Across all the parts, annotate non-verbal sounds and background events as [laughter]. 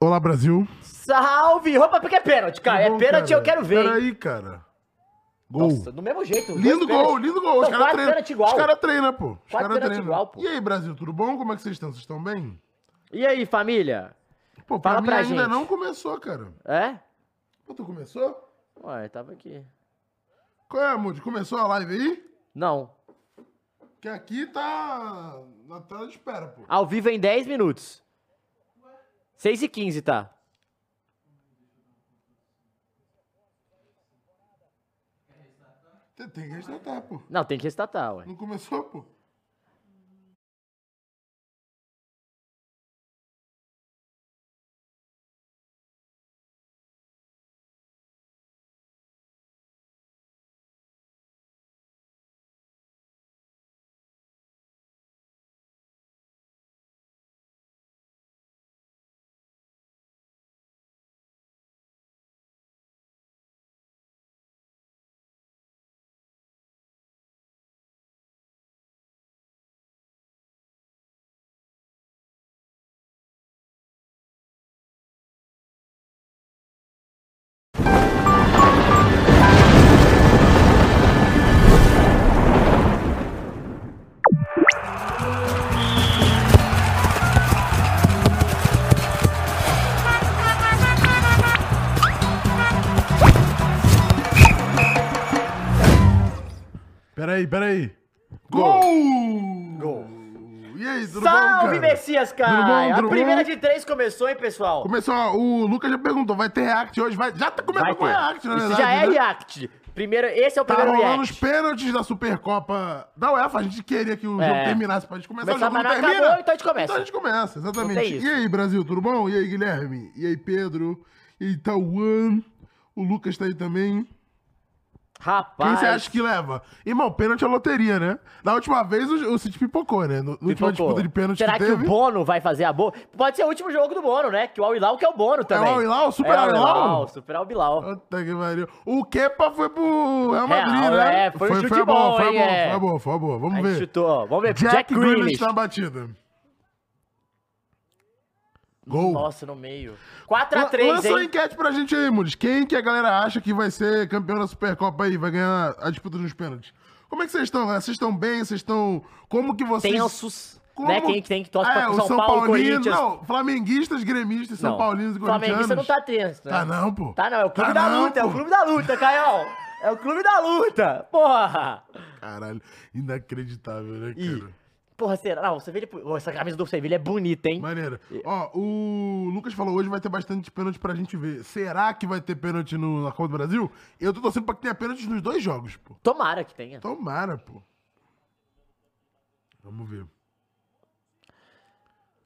Olá, Brasil. Salve! Opa, porque é pênalti, cara. é Gol, pênalti, eu quero ver. hein? Peraí, cara. Gol. Nossa, do mesmo jeito. dois lindo gol, pênaltis. lindo gol. Os Não, caras quatro treinam. pênalti igual. Os caras treinam, pô. Os Quatro caras pênalti treinam. igual, pô. E aí, Brasil, tudo bom? Como é que vocês estão? Vocês estão bem? E aí, família? Pô, pra Fala mim pra ainda gente. não começou, cara. É? Pô, tu começou? Ué, tava aqui. Qual é, Moody? Começou a live aí? Não. Que aqui tá na tela de espera, pô. Ao vivo em 10 minutos. 6 e 15 tá. Tem, tem que restartar, pô. Não, tem que restatar, ué. Não começou, pô. Peraí, peraí. Gol! Gol! E aí, tudo bom, Salve, cara? Messias, Tudo bom, é cara! tudo A primeira bom? de três começou, hein, pessoal? Começou, ó, o Lucas já perguntou, vai ter react hoje? Vai, já tá Vai começando com ter. react, na Isso verdade. já é né? react. Primeiro, esse é o Tá primeiro rolando os react. pênaltis da Supercopa da UEFA. A gente queria que o É. jogo terminasse pra gente começar. Começar, o jogo mas não termina. acabou, então a gente começa. Então a gente começa, Não exatamente. tem isso. E aí, Brasil, tudo bom? E aí, Guilherme? E aí, Pedro? E aí, Tauan? O Lucas tá aí também. Quem Rapaz. você acha que leva? Irmão, pênalti é loteria, né? Na última vez o, o City pipocou, né? No, na última Pipocou. disputa de pênalti Será que que, teve. o Bono vai fazer a boa? Pode ser o último jogo do Bono, né? Que o Al-Hilal que é o Bono também. Al-Hilal? Super É o Al-Hilal? Al-Hilal, Super Al-Hilal. Puta que pariu. O Kepa foi pro Real Madrid, Real, né? é, foi um chute foi bom, foi hein, bom, é. foi bom, foi bom. Vamos Aí ver. chutou. Vamos ver. Jack, Jack, Grealish. tá- Grealish. na batida. Gol. Nossa, no meio. Lança 4x3, uma hein? enquete pra gente aí, Muniz. Quem que a galera acha que vai ser campeão da Supercopa aí? Vai ganhar a disputa nos pênaltis? Como é que vocês estão, galera? Vocês estão bem? Vocês estão... Como que vocês... Tensos. Como... Né? Quem, quem que torce É, pra o São, Paulo, Paulino- Corinthians. Não, flamenguistas, gremistas, São Não. Paulinos e corintianos. Flamenguista não tá tenso, né? Tá não, pô. Tá não, é o clube da não, luta, é pô. o clube da luta, Caião. É o clube da luta. Porra. Caralho, inacreditável, né, cara? Ih. Porra, será? Não, o Sevilha... Pô, essa camisa do Sevilha é bonita, hein? Maneiro. Ó, o Lucas falou hoje vai ter bastante pênalti pra gente ver. Será que vai ter pênalti no, na Copa do Brasil? Eu tô torcendo pra que tenha pênalti nos dois jogos, pô. Tomara que tenha. Tomara, pô. Vamos ver.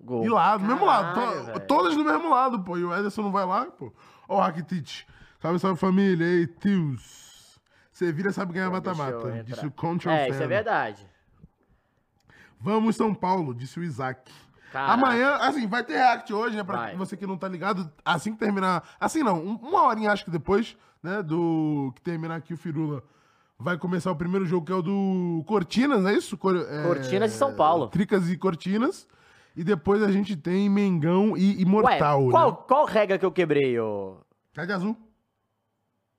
Gol. E lá, do mesmo lado. Caralho, to- velho. todas do mesmo lado, pô. E o Ederson não vai lá, pô. Ó, o Rakitic. Salve, salve família. Ei, tios. Sevilha sabe ganhar Deixa eu mata-mata. entrar. Disse o Contra É, Fan. isso é verdade. Vamos, São Paulo, disse o Isaac. Caraca. Amanhã, assim, vai ter react hoje, né? Pra Vai. você que não tá ligado, assim que terminar. Assim não, um- uma horinha acho que depois, né? Do que terminar aqui o Firula. Vai começar o primeiro jogo, que é o do Cortinas, não é isso? Cor- é, Cortinas e São Paulo. Tricas e Cortinas. E depois a gente tem Mengão e Ué, Imortal. qual, Né? qual regra que eu quebrei, ô? Tá de azul.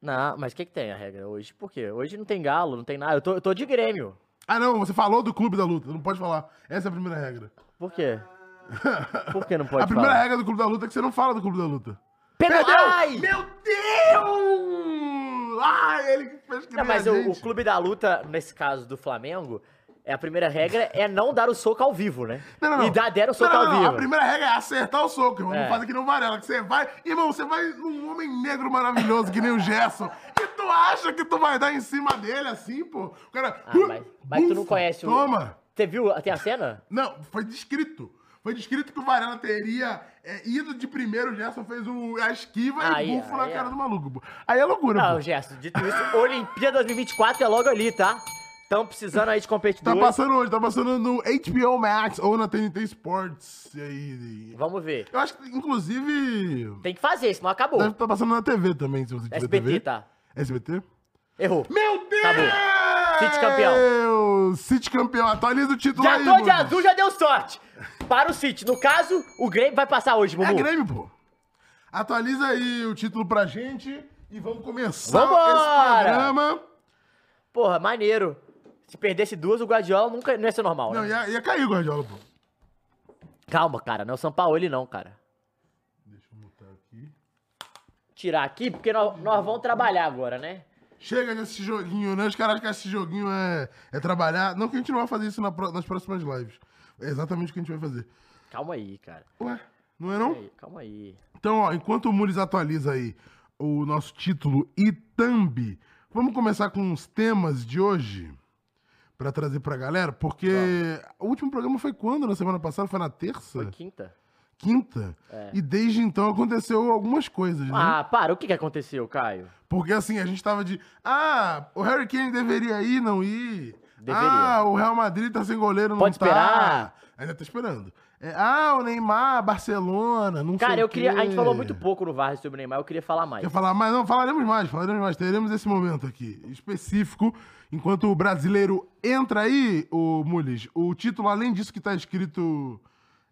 Não, mas o que, que tem a regra hoje? Por quê? Hoje não tem galo, não tem nada. Eu tô, eu tô de Grêmio. Ah, não, você falou do Clube da Luta, não pode falar. Essa é a primeira regra. [laughs] Por quê? Por que não pode a primeira falar? regra do Clube da Luta é que você não fala do Clube da Luta. Pegou! Perdeu! Ai! Meu Deus! Ai, ele fez que Não, nem mas a o, o gente. clube da luta, nesse caso do Flamengo, é a primeira regra é não dar o soco ao vivo, né? Não, não, não. E dar, deram o soco Não, não, ao não. vivo. A primeira regra é acertar o soco, irmão. Não É. faz aqui no Varela, que você vai... Irmão, você vai num homem negro maravilhoso que nem o Gerson. E tu acha que tu vai dar em cima dele assim, pô? O cara... Ah, mas- mas tu não Ufa, conhece o- Toma! Você viu? Tem a cena? Não, foi descrito. Foi descrito que o Varela teria é, ido de primeiro, o Gerson fez o, a esquiva Aí, e bufo na aí, cara ó. do maluco. pô. Aí é loucura, Não, pô. Gerson, Ah, dito isso, Olimpíada 2024 é logo ali, tá? Estão precisando aí de Tá competidores. passando hoje, tá passando no HBO Max ou na TNT Sports. E aí, Vamos ver. eu acho que, inclusive, Tem que fazer, senão acabou. deve estar passando na TV também, se Né? você tiver SBT, TV. tá? SBT? Errou. Meu Deus! City campeão. City campeão. Atualiza o título Já aí, tô de Bruno. azul, já deu sorte. Para o City. No caso, o Grêmio vai passar hoje, É Bubu. Grêmio, pô. Atualiza aí o título pra gente e vamos começar Vambora! esse programa. Porra, maneiro. Se perdesse duas, o Guardiola nunca não ia ser normal, Não, né? ia, ia cair o Guardiola, pô. Calma, cara. Não é o Sampaoli, não, cara. Deixa eu mutar aqui. Tirar aqui, porque nós, nós vamos trabalhar agora, né? Chega desse joguinho, né? Os caras acham que esse joguinho é, é trabalhar. Não que a gente não vai fazer isso na pro- nas próximas lives. É exatamente o que a gente vai fazer. Calma aí, cara. Ué, não é não? Calma aí, calma aí. Então, ó, enquanto o Mules atualiza aí o nosso título e thumb, vamos começar com os temas de hoje pra trazer pra galera, porque o último programa foi quando? Na semana passada? Foi na terça? Foi quinta? É. Quinta? E desde então aconteceu algumas coisas, né? Ah, para. O que, que aconteceu, Caio? Porque assim, a gente tava de. Ah, o Harry Kane deveria ir, não ir. Deveria. Ah, o Real Madrid tá sem goleiro, não Pode tá. esperar. Ainda tá esperando. É, ah, o Neymar, Barcelona, não sei Cara, eu o queria. A gente quê. falou muito pouco no VAR sobre o Neymar, eu queria falar mais. Quer falar mais? Não, falaremos mais, falaremos mais. Teremos esse momento aqui, específico. Enquanto o brasileiro entra aí, o Mules, o título, além disso que tá escrito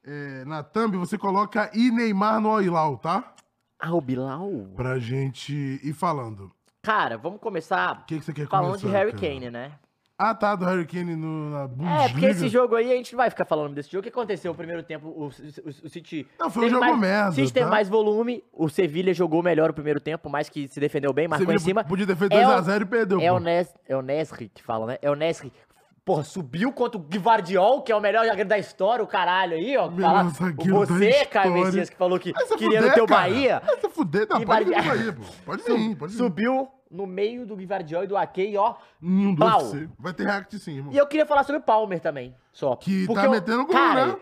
é, na thumb, você coloca e Neymar no Oilau, tá? Ah, o Bilal? Pra gente ir falando. Cara, vamos começar O que, que você quer falando de começar, Harry cara? Kane, né? Ah, tá, do Harry Kane no, na Bundesliga. É, porque esse jogo aí a gente não vai ficar falando desse jogo. O que aconteceu no primeiro tempo? O, o, o City. Não, foi um teve jogo mais, merda, City teve tá? mais volume. O Sevilha jogou melhor o primeiro tempo, mais que se defendeu bem, marcou Sevilha em cima. Podia ter feito É o- 2x0 e perdeu. É pô. o, Nes, é o Nesri que fala, né? É o Nesri. Porra, subiu contra o Guardiol, que é o melhor zagueiro da história, o caralho aí, ó. que Melhor fala- zagueiro da você, Caio história. Messias, que falou que Vai se queria fuder, no teu cara. Bahia. Vai se fuder, não, E pode vir Bahia- no Bahia, pô. Pode su- vir, pode vir. subiu no meio do Guardiol e do Akei, ó. Nenhum do Pau. UFC. Vai ter react sim, irmão. E eu queria falar sobre o Palmer também, só. Que Porque tá eu- metendo gol, cara, né?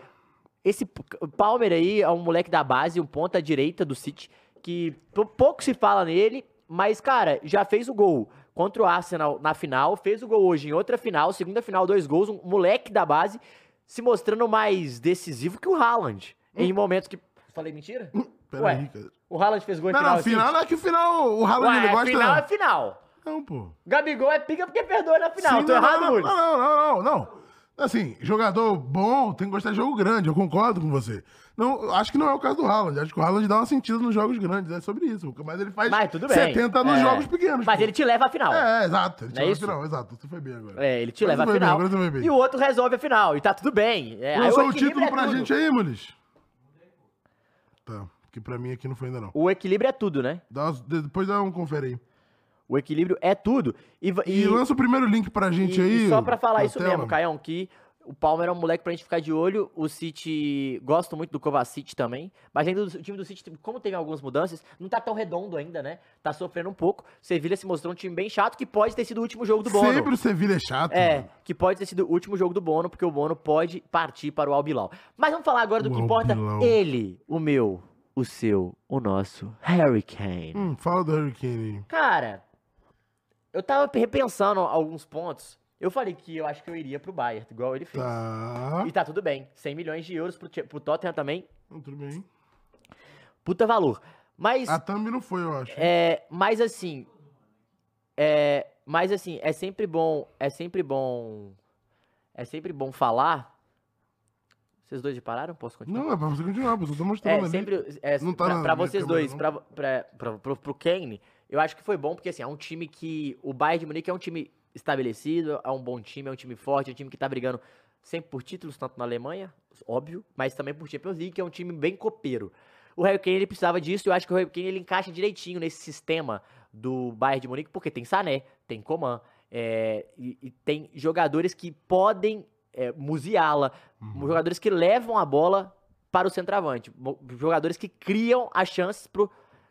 Esse P- Palmer aí é um moleque da base, um ponta direita do City, que pou- pouco se fala nele, mas, cara, já fez o gol contra o Arsenal na final, fez o gol hoje em outra final, segunda final, dois gols, um moleque da base se mostrando mais decisivo que o Haaland. Hum? Em momentos que. Falei mentira? Pera Ué, aí, cara. O Haaland fez gol Hum? em Não, final. assim? não, final não é que o final o Ué, Haaland ele gosta. final é final. Não, pô. Gabigol é pica porque perdoa na final. Sim, Tô não, errado, não, Nunes. não, não, não, não. Assim, jogador bom tem que gostar de jogo grande, eu concordo com você. Não, acho que não é o caso do Haaland. Acho que o Haaland dá uma sentida nos jogos grandes, é sobre isso. Mas ele faz Mas tudo bem. 70 nos É. jogos pequenos. Mas pô. ele te leva à final. É, exato. Ele Não é tirou no isso? final, exato. Você foi bem agora. É, ele te Agora você leva à foi bem, final. agora você foi bem. E o outro resolve a final. E tá tudo bem. É, aí Lançou o equilíbrio título é pra tudo. gente aí, Mules. Tá, que pra mim aqui não foi ainda não. O equilíbrio é tudo, né? Dá os- de- depois dá um confere aí. O equilíbrio é tudo. E, va- E, e- lança o primeiro link pra gente e- aí. e só pra falar na isso tela. mesmo, Caião, que o Palmer é um moleque pra gente ficar de olho. O City, gosto muito do Kovacic também. Mas ainda o time do City, como teve algumas mudanças, não tá tão redondo ainda, né? Tá sofrendo um pouco. Sevilha se mostrou um time bem chato, que pode ter sido o último jogo do Bono. Sempre o Sevilha é chato. É, mano. que pode ter sido o último jogo do Bono, porque o Bono pode partir para o Albilau. Mas vamos falar agora do O que importa. Al-Bilal. Ele, o meu, o seu, o nosso Harry Kane. Hum, fala do Hurricane. Cara, eu tava repensando alguns pontos. Eu falei que eu acho que eu iria pro Bayern, igual ele fez. Tá. E tá tudo bem. 100 milhões de euros pro, Che- pro Tottenham também, Não, tudo bem. puta valor. Mas, A Thumb não foi, eu acho. é, mas assim, é, mas assim, é sempre bom, é sempre bom, é sempre bom falar. Vocês dois já pararam? Posso continuar? Não, é pra você continuar, pô, eu tô mostrando É, ali. sempre. É, Não tá pra, na pra minha vocês câmera, dois, não. pra, pra, pra, pro, pro Kane, eu acho que foi bom, porque assim, é um time que. O Bayern de Munique é um time estabelecido, é um bom time, é um time forte, é um time que tá brigando sempre por títulos, tanto na Alemanha, óbvio, mas também por Champions League, que é um time bem copeiro. O Harry Kane ele precisava disso, e eu acho que o Harry Kane ele encaixa direitinho nesse sistema do Bayern de Munique, porque tem Sané, tem Coman, é, e, e tem jogadores que podem é, museá-la, Uhum. Jogadores que levam a bola para o centroavante. mo- Jogadores que criam as chances pro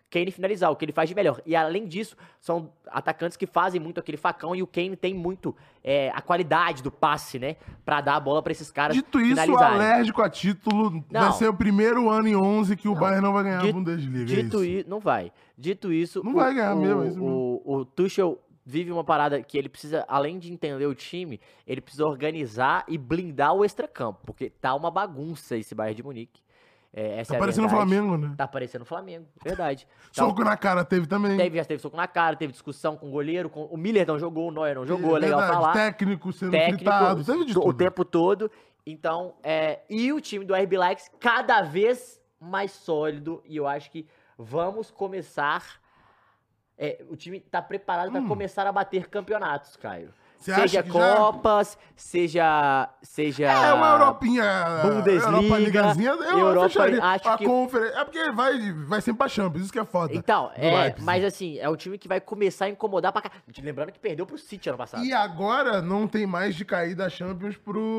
Kane finalizar, o que ele faz de melhor. E além disso, são atacantes que fazem muito aquele facão e o Kane tem muito é, a qualidade do passe, né? Pra dar a bola pra esses caras Dito isso, finalizarem. alérgico a título vai Não. ser o primeiro ano em 11 que o Bayern não vai ganhar a Dito- Bundesliga. Dito é isso, não vai. Dito isso, Não vai ganhar o, mesmo, é isso o, o Tuchel vive uma parada que ele precisa, além de entender o time, ele precisa organizar e blindar o extracampo, porque tá uma bagunça esse Bayern de Munique. É, essa Tá é a parecendo o verdade. Flamengo, né? Tá parecendo o Flamengo, verdade. Tá- Soco na cara teve também. teve, já teve soco na cara, teve discussão com o goleiro, com- o Miller não jogou, o Neuer não jogou, é legal Verdade, falar Técnico sendo técnico fritado. Teve de to- o tudo. tempo todo. Então, é, e o time do RB Leipzig cada vez mais sólido e eu acho que vamos começar. é, o time tá preparado pra Hum. começar a bater campeonatos, Caio. Você seja acha que já- Copas, seja. Seja. É uma Europinha. Bundesliga, Europa Ligazinha, eu Europa, fecharia. acho a que- Conference- É porque vai, vai sempre pra Champions, isso que é foda. Então, é, Leipzig. mas assim, é um time que vai começar a incomodar pra cá. Lembrando que perdeu pro City ano passado. E agora não tem mais de cair da Champions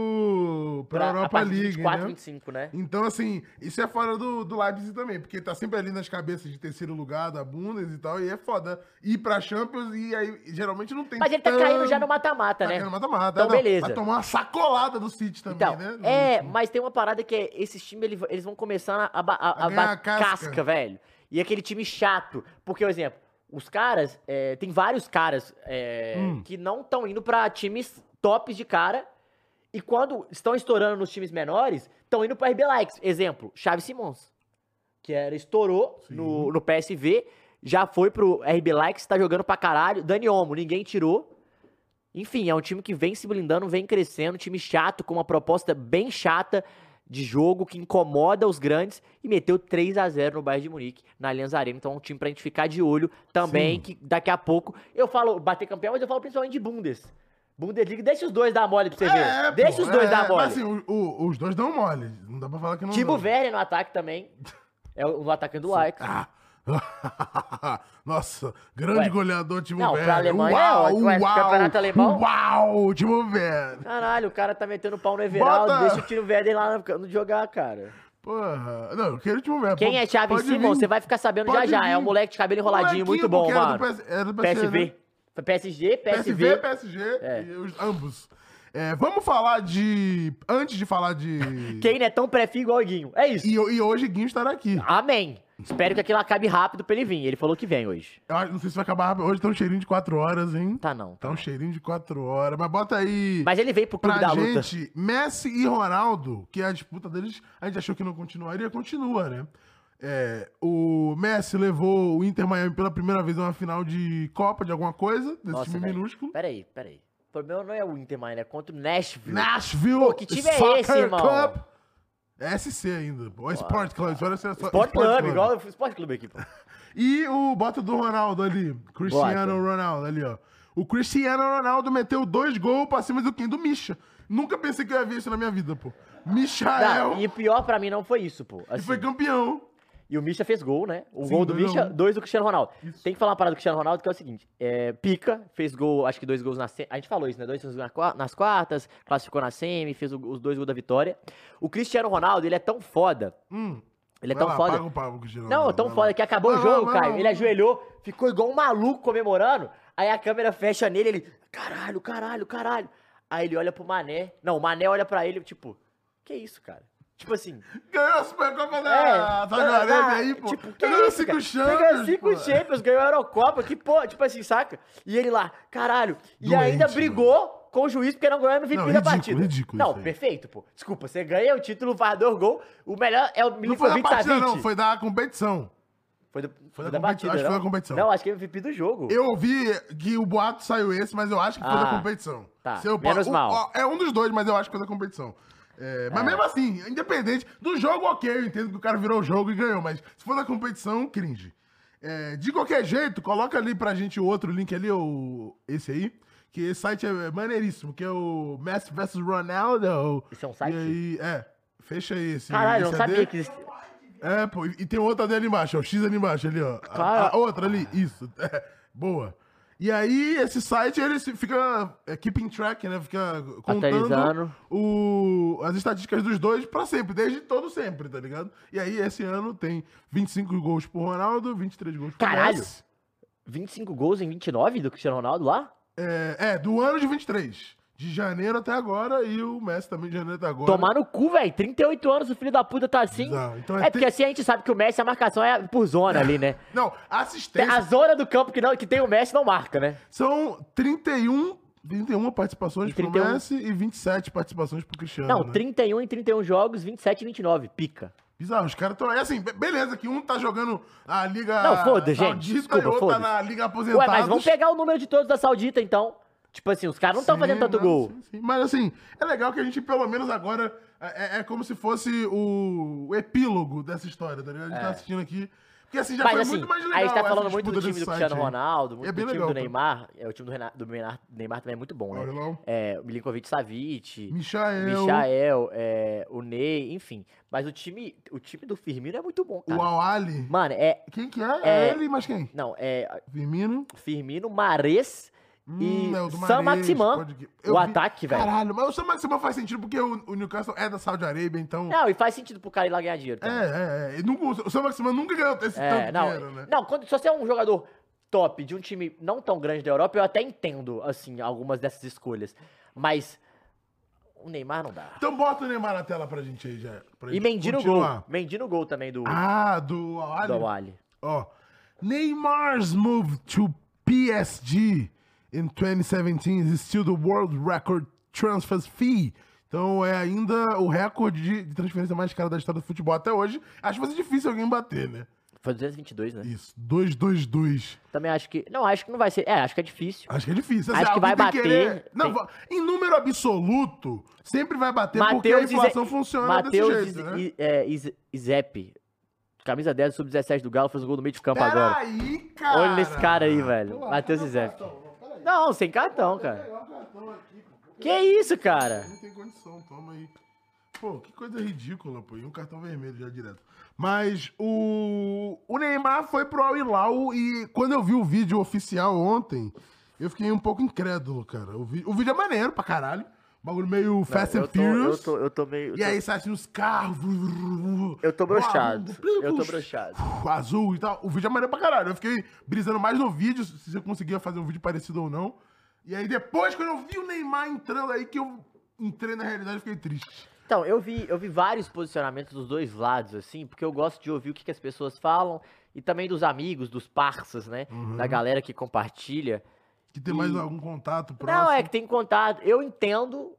pro, pra Pra- a Europa partir de League, 24, né? 25, né? Então, assim, isso é fora do, do Leipzig também, porque tá sempre ali nas cabeças de terceiro lugar, da Bundes e tal, e é foda. Ir pra Champions e aí geralmente não tem Mas ele tá caindo já no mata-mata, Tá né? caindo mata-mata. Então, é, não. beleza. Vai tomar uma sacolada do City também, Então, né? é, mas tem uma parada que é, esses times ele- eles vão começar a, ba- a, A a ganhar ba- a casca. casca. velho. E aquele time chato. Porque, por exemplo, os caras, é, tem vários caras é, Hum. que não estão indo pra times tops de cara. E quando estão estourando nos times menores, estão indo pra RB Likes. Exemplo, Chaves Simons. Que era, estourou Sim. no, no PSV, já foi pro RB Likes, tá jogando pra caralho. Dani Olmo, ninguém tirou. Enfim, é um time que vem se blindando, vem crescendo, time chato, com uma proposta bem chata de jogo, que incomoda os grandes, e meteu 3 a 0 no Bayern de Munique, na Allianz Arena. Então é um time pra gente ficar de olho também, Sim. que daqui a pouco... Eu falo bater campeão, mas eu falo principalmente de Bundes. Bundesliga, deixa os dois dar mole pra É, você ver. deixa os dois dar da mole. Mas assim, o- o- os dois dão mole. Não dá pra falar que não Timo dão. Werner no ataque também. É o, o atacante do Ajax. Ah. [laughs] Nossa, grande Ué. goleador Timo Não, pra Werner. Alemanha é uau, ótimo, é uau, campeonato alemão. Uau, Timo Werner. Caralho, o cara tá metendo pau no Everaldo, Bota- deixa o Timo Werner lá no- no jogar, cara. Porra, não, eu quero o Timo Werner. Quem é Chave Pode Simon, vir. você vai ficar sabendo já Pode já. É um vir. moleque de cabelo Molequinho, enroladinho, muito bom, porque mano. Era do, PS, era do PSV. né? Foi PSG, PSV, PSV. PSG, É. e os, ambos. É, vamos falar de... Antes de falar de... [laughs] Kane é tão pré-fim igual o Guinho. É isso. E, e hoje Guinho estará aqui. Amém. Espero que aquilo acabe rápido pra ele vir. Ele falou que vem hoje. Eu acho- não sei se vai acabar rápido. Hoje tá um cheirinho de 4 horas, hein? Tá não. Tá um cheirinho de 4 horas. Mas bota aí... Mas ele veio pro clube pra da luta. gente, Messi e Ronaldo, que é a disputa deles, a gente achou que não continuaria, continua, né? É, o Messi levou o Inter Miami pela primeira vez a uma final de Copa, de alguma coisa, desse Nossa, time velho. minúsculo. Peraí, peraí. O problema não é o Inter, mano. É contra o Nashville. Nashville Pô, que time é Soccer esse, irmão? Club. É SC ainda. pô. É Sport Club. Olha só, Sport Club, igual o Sport Club aqui, pô. E o bota do Ronaldo ali. Cristiano Bota. Ronaldo ali, ó. O Cristiano Ronaldo meteu dois gols pra cima do quem? Do Misha. Nunca pensei que eu ia ver isso na minha vida, pô. Michael. Tá, e pior pra mim não foi isso, pô. Ah, é E Assim, foi campeão. E o Misha fez gol, né? O Sim, gol do dois a Misha, um. dois do Cristiano Ronaldo. Isso. Tem que falar uma parada do Cristiano Ronaldo que é o seguinte: é, pica, fez gol, acho que dois gols na. se- A gente falou isso, né? Dois gols na qua- nas quartas, classificou na semi, fez o- os dois gols da vitória. O Cristiano Ronaldo, ele é tão foda. Hum. Ele é vai tão lá, foda. Paga o pau, Cristiano. Não, Vai tão lá. foda que acabou Vai o lá, joelho, vai lá, Caio. vai Ele é lá. ajoelhou, ficou igual um maluco comemorando. Aí a câmera fecha nele, ele. Caralho, caralho, caralho. Aí ele olha pro Mané. Não, o Mané olha pra ele, tipo, que isso, cara? Tipo assim. Ganhou a Supercopa da É, Saudi Arábia tá aí, pô. Tipo, que Ganhou isso, cinco cara? Champions, Ganhou cinco pô. Champions, ganhou a Eurocopa, que pô, tipo assim, saca? E ele lá, caralho. E Doente, ainda mano. brigou com o juiz porque não ganhou Não, no MVP da ridículo, partida. ridículo isso não, aí. perfeito, pô. Desculpa, você ganha o título, faz dois gols, o melhor é o Não foi da Milinkovic partida, não. Savic. Foi da competição. Foi, do, foi foi da da, competi- partida, acho que não? foi da competição. Não, acho que é o MVP do jogo. Eu ouvi que o boato saiu esse, mas eu acho que foi da Ah, competição. tá. eu- Menos o- mal. o- É um dos dois, mas eu acho que foi da competição. É, mas mesmo assim, independente do jogo, ok, eu entendo que o cara virou o jogo e ganhou, mas se for da competição, cringe. É, de qualquer jeito, coloca ali pra gente o outro link ali, ou esse aí, que esse site é maneiríssimo, que é o Messi vs Ronaldo. Esse é um site? E aí, é, fecha aí esse. Caralho, eu esse não AD. sabia que existia. É, pô, e e tem outra ali embaixo, ó, o X ali embaixo, ali, ó. A- Claro. a outra ali, isso. [laughs] É, boa. E aí, esse site, ele se- fica é, keeping track, né? Fica contando Atualizando. o, as estatísticas dos dois pra sempre, desde todo sempre, tá ligado? E aí, esse ano tem 25 gols pro Ronaldo, 23 gols pro Caralho! Messi. 25 gols em 29 do Cristiano Ronaldo lá? É, é, do ano de 23. De janeiro até agora, e o Messi também de janeiro até agora. Tomar no cu, velho. 38 anos, o filho da puta tá assim. Bizarro. Então é É porque assim a gente sabe que o Messi, a marcação é por zona ali, [laughs] né? Não, Tem assistência A zona do campo que, não, que tem o Messi não marca, né? São 31, 31 participações E 31. pro Messi e 27 participações pro Cristiano. Não, né? 31 em 31 jogos, 27 em 29. Pica. Bizarro, os caras estão. É assim, be- beleza, que um tá jogando a Liga. Não, foda, gente, Saudita desculpa, e outro tá foda. na Liga Aposentados. Ué, mas vamos pegar o número de todos da Saudita, então. Tipo assim, os caras não estão Sim, fazendo tanto não, gol. sim, sim. Mas assim, é legal que a gente, pelo menos agora, é, é- é como se fosse o, o epílogo dessa história, tá ligado? A gente tá assistindo aqui. Porque assim, já Mas foi assim, muito mais legal. a gente tá essa falando muito disputa do time do desse Cristiano site aí. Ronaldo, muito É bem do time legal, do tá? Neymar. É, o time do, Renato, do Neymar, Neymar também é muito bom, né? Olha lá, o É, o Milinkovic Savic, Michael, Michael, é, o Ney, enfim. Mas o time, o time do Firmino é muito bom, o cara. Awali. Mano, é. Quem que é? É. ele, mas quem? Não, é. Firmino. Firmino, Mares, Hum, é o do San Mahrez, Maximan, pode que- o Eu vi- ataque, velho. Caralho, mas o Sam Maximan faz sentido porque o, o Newcastle é da Saudi Arábia, então... Não, e faz sentido pro cara ir lá ganhar dinheiro. É, também. é, é. E nunca- o Sam Maximan nunca ganhou esse então. É, tanto não, dinheiro, né? não quando, se você é um jogador top de um time não tão grande da Europa, eu até entendo, assim, algumas dessas escolhas. Mas o Neymar não dá. Então bota o Neymar na tela pra gente aí, já. pra E gente Mendy no gol. continuar. Mendy no gol também do, Ah, do Awali? do Ali. Ó, Neymar's move to PSG in 2017 is still the world record transfer fee. Então é ainda o recorde de- de transferência mais cara da história do futebol até hoje. Acho que vai ser difícil alguém bater, né? Foi 222, né? Isso, 2-2-2. Também acho que. Não, acho que não vai ser. É, acho que é difícil. Acho que é difícil. Acho que alguém vai tem bater, querer- Não, tem- va- em número absoluto, sempre vai bater porque a Mateus inflação Ize- funciona Matheus desse jeito, né? Iz- é, Iz- Izep, camisa 10 do sub-17 do Galo, fez um gol no meio de campo agora. Peraí, cara. Olha esse cara aí, velho. Pô, Matheus cadê o Izep. cartão? Não, peraí. Não, sem cartão, cara. Pegar o cartão aqui, pô. Que isso, cara? Não tem condição, toma aí. Pô, que coisa ridícula, pô. E um cartão vermelho já direto. Mas o, o Neymar foi pro Al Hilal e quando eu vi o vídeo oficial ontem, eu fiquei um pouco incrédulo, cara. O, vi- o vídeo é maneiro pra caralho. Bagulho meio Fast and Tá, eu tô, Furious. Eu tô, eu tô meio. eu E tô- aí sai assim os carros. Eu tô broxado. Uau, Eu tô broxado. Azul e tal. O vídeo é maneiro pra caralho. Eu fiquei brisando mais no vídeo, se eu conseguia fazer um vídeo parecido ou não. E aí depois, quando eu vi o Neymar entrando, aí que eu entrei na realidade, eu fiquei triste. Então, eu vi, eu vi vários posicionamentos dos dois lados, assim, porque eu gosto de ouvir o que, que as pessoas falam e também dos amigos, dos parças, né? Uhum. Da galera que compartilha. Que tem mais E- algum contato próximo. Não, é que tem contato. Eu entendo.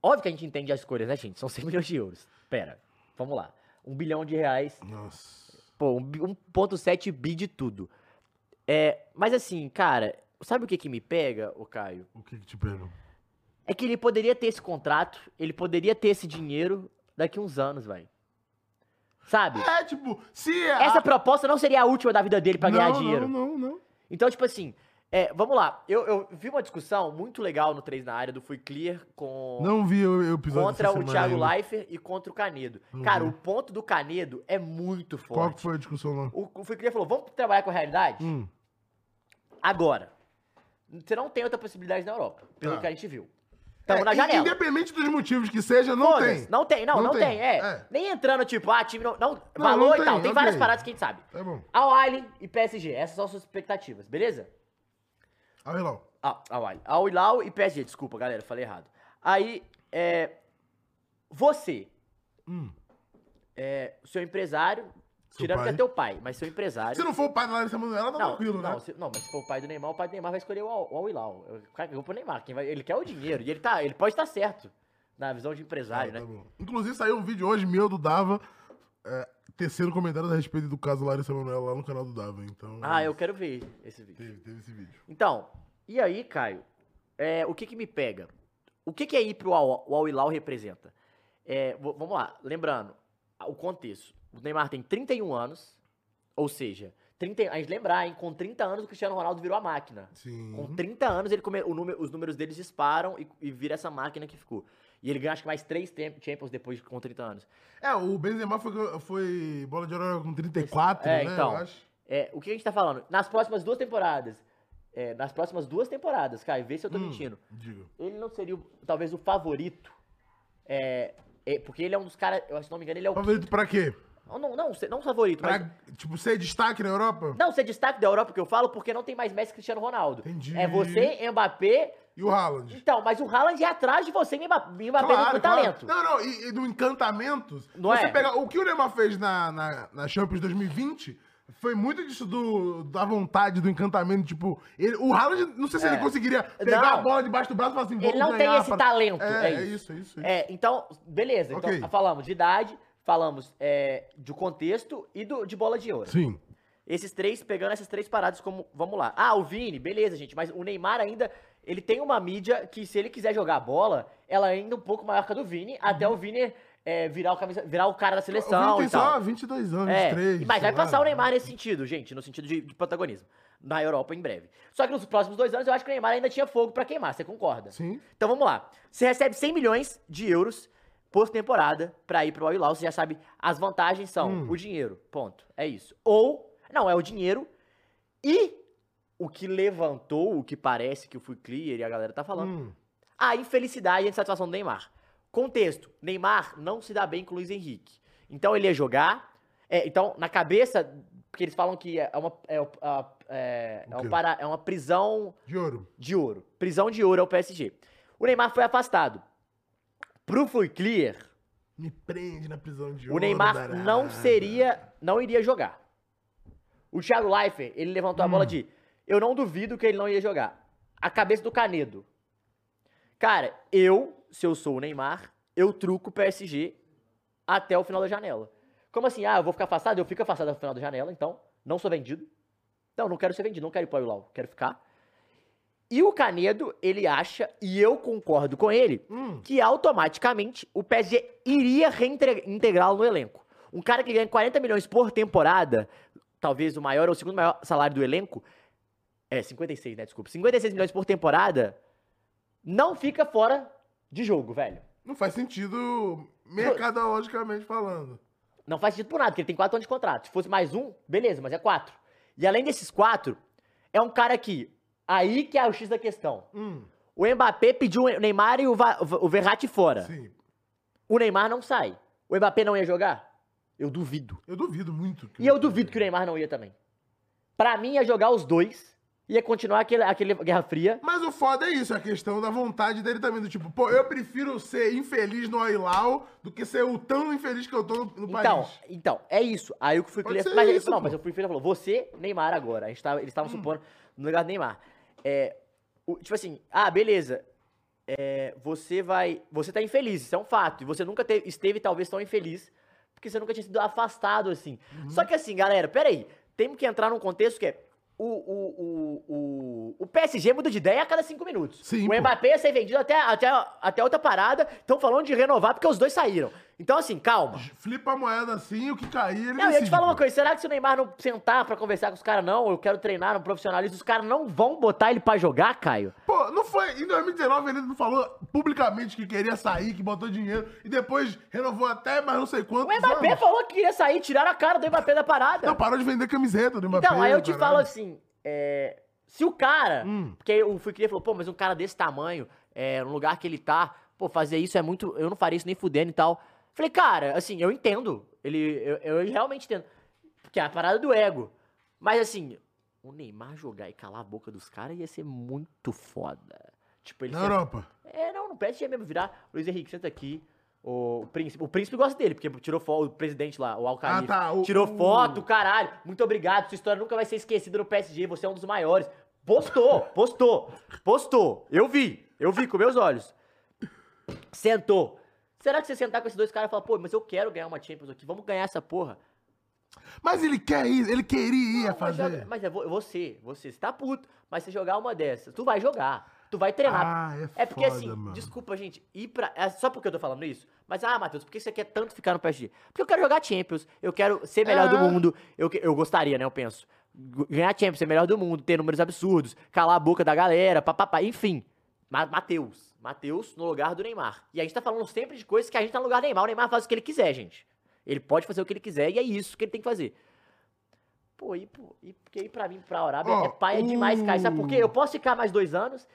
Óbvio que a gente entende as escolhas, né, gente? São 100 [laughs] milhões de euros. Pera, vamos lá. Um bilhão de reais. Nossa. Pô, um bi- 1,7 bi de tudo. É, mas assim, cara, sabe o que, que me pega, o Caio? O que que te pegou? É que ele poderia ter esse contrato, ele poderia ter esse dinheiro daqui uns anos, velho. Sabe? É, tipo, se... Essa a... proposta não seria a última da vida dele pra ganhar não, dinheiro. Não, não, não. Então, tipo assim, é, vamos lá. Eu, eu vi uma discussão muito legal no 3 na área do Fui Clear com Não vi o o episódio contra dessa o semana Thiago ainda. Leifert e contra o Canedo. Uhum. Cara, o ponto do Canedo é muito Qual que forte. foi a discussão lá? O, o Fui Clear falou: vamos trabalhar com a realidade? Hum, Agora. Você não tem outra possibilidade na Europa, pelo Tá. que a gente viu. Estamos É, na in- janela. Independente dos motivos que seja, não Foda-se, tem. Não tem, não, Não não, tem, tem. é. é. Nem entrando, tipo, ah, time não. não valor não e tal. tem, Tem, ok. várias paradas que a gente sabe. Tá bom. Al Alien e PSG, essas são as suas expectativas, beleza? Al Hilal. Ah, Al Ahly. Al Hilal e PSG, desculpa, galera, falei errado. Aí, é. Você, Hum. é, seu empresário, Seu tirando que pai. é teu pai, mas seu empresário. Se não for o pai da Larissa Manoela, tá não, tranquilo, não, né? se- não, mas se for o pai do Neymar, o pai do Neymar vai escolher o Al o Al Hilal. Eu- Cara, eu vou pro Neymar, quem vai- ele quer o dinheiro, e ele, tá, ele pode estar certo, na visão de Ah, empresário, tá né? bom. Inclusive, saiu um vídeo hoje meu do Dava, é, terceiro comentário a respeito do caso Larissa Manoela lá no canal do Dava. Então, Ah, eu quero ver esse vídeo. teve, teve esse vídeo. Então, e aí, Caio, é, o que que me pega? O que que aí pro Al- o Al-Hilal representa? É, v- vamos lá, lembrando, a- o contexto. O Neymar tem 31 anos, ou seja, 30, a gente lembrar, hein, com 30 anos o Cristiano Ronaldo virou a máquina. Sim. Com 30 anos, ele come, o número- os números deles disparam e, e vira essa máquina que ficou. E ele ganha acho que mais 3 Champions depois com 30 anos. É, o Benzema foi, foi bola de ouro com 34, É, né? então. Eu acho. É, o que a gente tá falando? Nas próximas duas temporadas, é, nas próximas duas temporadas, Caio, vê se eu tô Hum. mentindo. Digo. ele não seria o- talvez o favorito. É, é, porque ele é um dos caras, eu acho, se não me engano, ele é o. Favorito pra quê? Não, não, não, se- não o favorito, Pra, mas. tipo, ser destaque na Europa? Não, ser destaque da Europa que eu falo, porque não tem mais Messi e Cristiano Ronaldo. Entendi. É você, Mbappé. E o Haaland? Então, mas o Haaland é atrás de você, e Mbappé, Mbappé Claro, não claro. tem talento. Não, não, e, e do encantamento. Não você é? pega o que o Neymar fez na, na, na Champions 2020. Foi muito disso do, da vontade, do encantamento. Tipo, ele- o Haaland, não sei se É. ele conseguiria pegar Não. a bola debaixo do braço e falar assim: Ele vou não tem ganhar esse pra- talento. É, É, é isso, isso. é isso. É, então, beleza. Então, Ok. falamos de idade, falamos é, do contexto e do, de bola de ouro. Sim. Esses três, pegando essas três paradas como, vamos lá. Ah, o Vini, beleza, gente, mas o Neymar ainda, ele tem uma mídia que se ele quiser jogar bola, ela é ainda um pouco maior que a do Vini, até o Vini é, virar, o camisa- virar o cara da O seleção tem e tal. só 22 anos, então. É, 23. mas sei vai lá. passar né? o Neymar nesse sentido, gente, no sentido de, de protagonismo. Na Europa em breve. Só que nos próximos dois anos eu acho que o Neymar ainda tinha fogo pra queimar, você concorda? Sim. Então vamos lá. Você recebe 100 milhões de euros por temporada pra ir pro Al Hilal, você já sabe as vantagens são Hum. o dinheiro, ponto. É isso. Ou não, é o dinheiro e o que levantou, o que parece que o Fui Clear e a galera tá falando, Hum. a infelicidade e a insatisfação do Neymar. Contexto: Neymar não se dá bem com o Luiz Henrique. Então ele ia jogar. é, então, na cabeça, porque eles falam que é uma, é, o- a- é- O é um quê? para- é uma prisão De ouro. de ouro. Prisão de ouro é o PSG. O Neymar foi afastado. Pro Fui Clear, Me prende na prisão de o ouro. Neymar barata. não seria. não iria jogar. O Thiago Leifert, ele levantou a bola de. Eu não duvido que ele não ia jogar. A cabeça do Canedo. Cara, eu, se eu sou o Neymar, eu truco o PSG até o final da janela. Como assim? Ah, eu vou ficar afastado? Eu fico afastado até o final da janela, então. Não sou vendido. Não, não quero ser vendido, não quero ir para o Ilau, quero ficar. E o Canedo, ele acha, e eu concordo com ele, Hum. que automaticamente o PSG iria reintegrá-lo no elenco. Um cara que ganha 40 milhões por temporada, talvez o maior ou o segundo maior salário do elenco, é 56, né? Desculpa. 56 milhões por temporada não fica fora de jogo, velho. Não faz sentido mercadologicamente falando. Não faz sentido por nada, porque ele tem quatro anos de contrato. Se fosse mais um, beleza, mas é quatro. E além desses quatro, é um cara que. Aí que é o X da questão. Hum. O Mbappé pediu o Neymar e o, Va- o Verratti fora. Sim. O Neymar não sai. O Mbappé não ia jogar? Eu duvido. Eu duvido muito. que E eu duvido que o Neymar não ia também. Pra mim, ia jogar os dois. Ia continuar aquele, aquele Guerra Fria. Mas o foda é isso, a questão da vontade dele também. Do tipo, pô, eu prefiro ser infeliz no Ailau do que ser o tão infeliz que eu tô no, no Então, Paris. então, é isso. Aí o que foi Pode Clear. ser Mas, ele- isso, não, pô. Hum. mas o Fui Clear falou: você, Neymar agora. A gente tava, eles estavam supondo no lugar do Neymar. É, o- tipo assim, ah, beleza. É, você vai. Você tá infeliz, isso é um fato. E você nunca te- esteve, talvez, tão infeliz. Porque você nunca tinha sido afastado, assim. Uhum. Só que assim, galera, peraí. Temos que entrar num contexto que é. O, o, o, o, o PSG muda de ideia a cada cinco minutos. Sim, o pô. Mbappé ia ser vendido até, até, até outra parada. Estão falando de renovar porque os dois saíram. Então, assim, calma. Flipa a moeda assim, o que cair, ele Não, e eu decide, te falo uma pô. coisa, será que se o Neymar não sentar pra conversar com os caras, não, eu quero treinar no profissionalismo, os caras não vão botar ele pra jogar, Caio? Pô, não foi. Em 2019 ele não falou publicamente que queria sair, que botou dinheiro, e depois renovou até mais não sei quanto. O Mbappé falou que queria sair, tiraram a cara do Mbappé da parada. Não, parou de vender camiseta do Mbappé. um então, aí eu te caralho. falo assim, é, se o cara, Hum. porque eu fui querer falou, pô, mas um cara desse tamanho, é, no lugar que ele tá, pô, fazer isso é muito, eu não faria isso nem fudendo e tal. Falei, cara, assim, eu entendo, ele, eu, eu realmente entendo, porque é a parada do ego. Mas assim, o Neymar jogar e calar a boca dos caras ia ser muito foda. Tipo, ele Na ser- Europa. é, não, no PSG mesmo, virar Luiz Henrique, senta aqui. O príncipe, o príncipe gosta dele, porque tirou foto, o presidente lá, o Alcair, Ah, tá, o- tirou o- foto, caralho. Muito obrigado, sua história nunca vai ser esquecida no PSG, você é um dos maiores. Postou, postou, postou. Eu vi, eu vi com meus olhos. Sentou. Será que você sentar com esses dois caras e falar, pô, mas eu quero ganhar uma Champions aqui, vamos ganhar essa porra? Mas ele quer ir, ele queria Não, mas, fazer. joga- mas é vo- você, você, você tá puto, mas você jogar uma dessas, tu vai jogar, tu vai treinar, Ah, é é porque foda, assim, mano. desculpa, gente, ir pra. É só porque eu tô falando isso. Mas, ah, Matheus, por que você quer tanto ficar no PSG? Porque eu quero jogar Champions, eu quero ser melhor É. do mundo. Eu, que- eu gostaria, né? Eu penso. G- Ganhar Champions, ser melhor do mundo, ter números absurdos, calar a boca da galera, papapá, enfim. Ma- Matheus. Matheus no lugar do Neymar. E a gente tá falando sempre de coisas que a gente tá no lugar do Neymar. O Neymar faz o que ele quiser, gente. Ele pode fazer o que ele quiser e é isso que ele tem que fazer. Pô, e, pô, e porque ir pra mim, pra Arábia, Ó, é paia demais, cara. Sabe por quê? o- Eu posso ficar mais dois anos,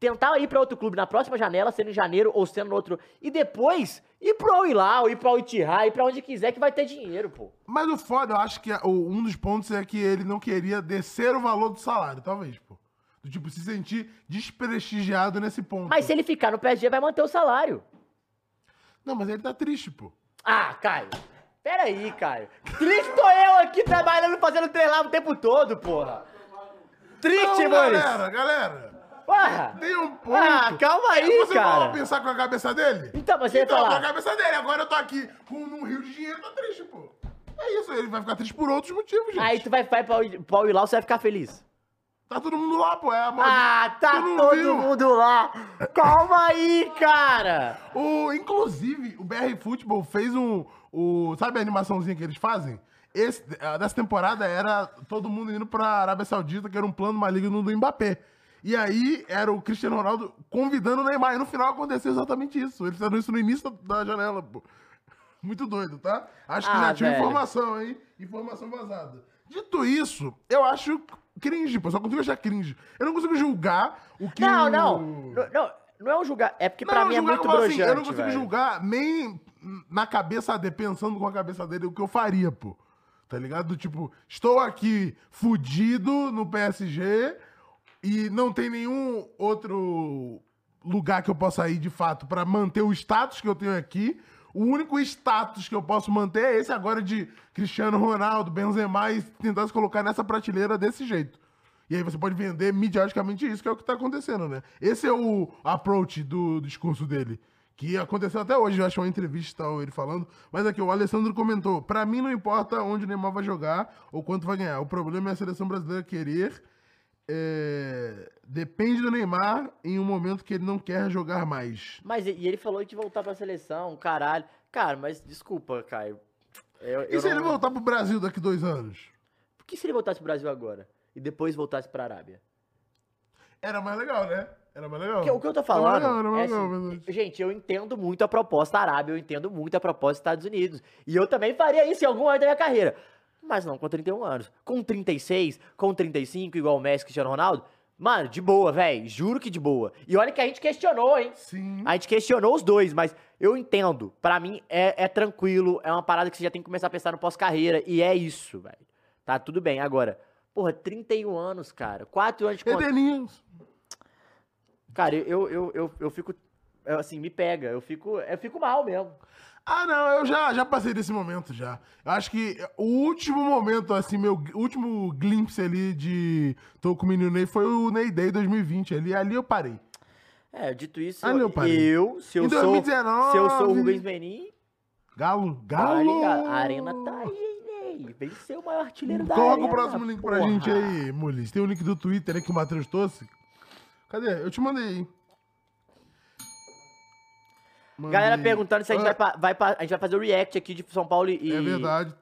tentar ir pra outro clube na próxima janela, sendo em janeiro ou sendo no outro. E depois ir pro Al Hilal, ir pra Itihá, ir pra onde quiser que vai ter dinheiro, pô. Mas o foda, eu acho que o- um dos pontos é que ele não queria descer o valor do salário, talvez, pô. Do tipo, se sentir desprestigiado nesse ponto. Mas é- se ele ficar no PSG, vai manter o salário. Não, mas ele tá triste, pô. Ah, Caio. Pera aí, Caio. Triste tô eu aqui trabalhando, fazendo treinar o tempo todo, porra. Triste, Não, mano. galera, galera. Porra. Tem um ponto. Ah, calma aí, É, Você não cara. vai pensar com a cabeça dele? Então, mas você ia Então, com a falar. cabeça dele. Agora eu tô aqui com um rio de dinheiro, tá triste, pô. Ah, então- É isso, ele vai ficar triste por outros motivos, gente. Aí tu vai, vai pra, pra Al Hilal, você vai ficar feliz. Tá todo mundo lá, pô. É a moda. Ah, tá Tu não todo viu? mundo lá. Calma aí, cara. O, inclusive, o BR Futebol fez um. O, sabe a animaçãozinha que eles fazem? Esse, a dessa temporada era todo mundo indo pra Arábia Saudita, que era um plano maligno do Mbappé. E aí era o Cristiano Ronaldo convidando o Neymar. E no final aconteceu exatamente isso. Eles fizeram isso no início da da janela, pô. Muito doido, tá? Acho que Ah, já tinha velho. informação, hein? Informação vazada. Dito isso, eu acho cringe, pô. Só consigo achar cringe. Eu não consigo julgar o que. Não, o- não. Não, não, não é um julgar. É porque pra não, mim é julgar muito como assim, brojante, Eu não consigo velho. julgar nem na cabeça dele, pensando com a cabeça dele, o que eu faria, pô. Tá ligado? Do Tipo, estou aqui fudido no PSG e não tem nenhum outro lugar que eu possa ir de fato pra manter o status que eu tenho aqui. O único status que eu posso manter é esse agora de Cristiano Ronaldo, Benzema e tentar se colocar nessa prateleira desse jeito. E aí você pode vender midiaticamente isso, que é o que tá acontecendo, né? Esse é o approach do, discurso dele. Que aconteceu até hoje, eu acho uma entrevista tal, ele falando. Mas aqui, o Alessandro comentou: pra mim não importa onde o Neymar vai jogar ou quanto vai ganhar. O problema é a seleção brasileira querer. é, Depende do Neymar em um momento que ele não quer jogar mais. Mas e- e ele falou de voltar pra seleção, caralho. Cara, mas desculpa, Caio. Eu, E eu se não- ele voltar pro Brasil daqui dois anos? Por que se ele voltasse pro Brasil agora? E depois voltasse pra Arábia? Era mais legal, né? Era mais legal. Porque o que eu tô Era mais legal, era falando. é mais legal, assim, verdade. gente, eu entendo muito a proposta Arábia, eu entendo muito a proposta Estados Unidos. E eu também faria isso em algum momento da minha carreira. Mas não com 31 anos. Com 36, com 35, igual o Messi Cristiano Ronaldo. Mano, de boa, velho. Juro que de boa. E olha que a gente questionou, hein? Sim. A gente questionou os dois, mas eu entendo. Pra mim é, é tranquilo, é uma parada que você já tem que começar a pensar no pós-carreira. E é isso, velho. Tá tudo bem. Agora, porra, 31 anos, cara. 4 anos de contrato. Edeninhos. Cara, eu, eu, eu, eu fico. eu, Assim, me pega. Eu fico, eu fico mal mesmo. Ah, não, eu já, já passei desse momento já. Eu acho que o último momento, assim, meu gl- último glimpse ali de tô com o menino Ney foi o Ney Day 2020. Ali, ali eu parei. É, dito isso, Ah, não, eu, parei. se eu Em sou. 2019. Se eu sou um o Rubens Menin, Galo, tá galo. ligado? a arena tá aí, hein, Ney? Vem ser o maior artilheiro da Coloca arena. o próximo link pra porra. gente aí, Mulis. Tem o link do Twitter aí que o Matheus trouxe. Cadê? Eu te mandei. hein? Mandei. Galera perguntando se a gente, Ah, vai, pa- vai, pa- a gente vai fazer o react aqui de São Paulo e. É verdade.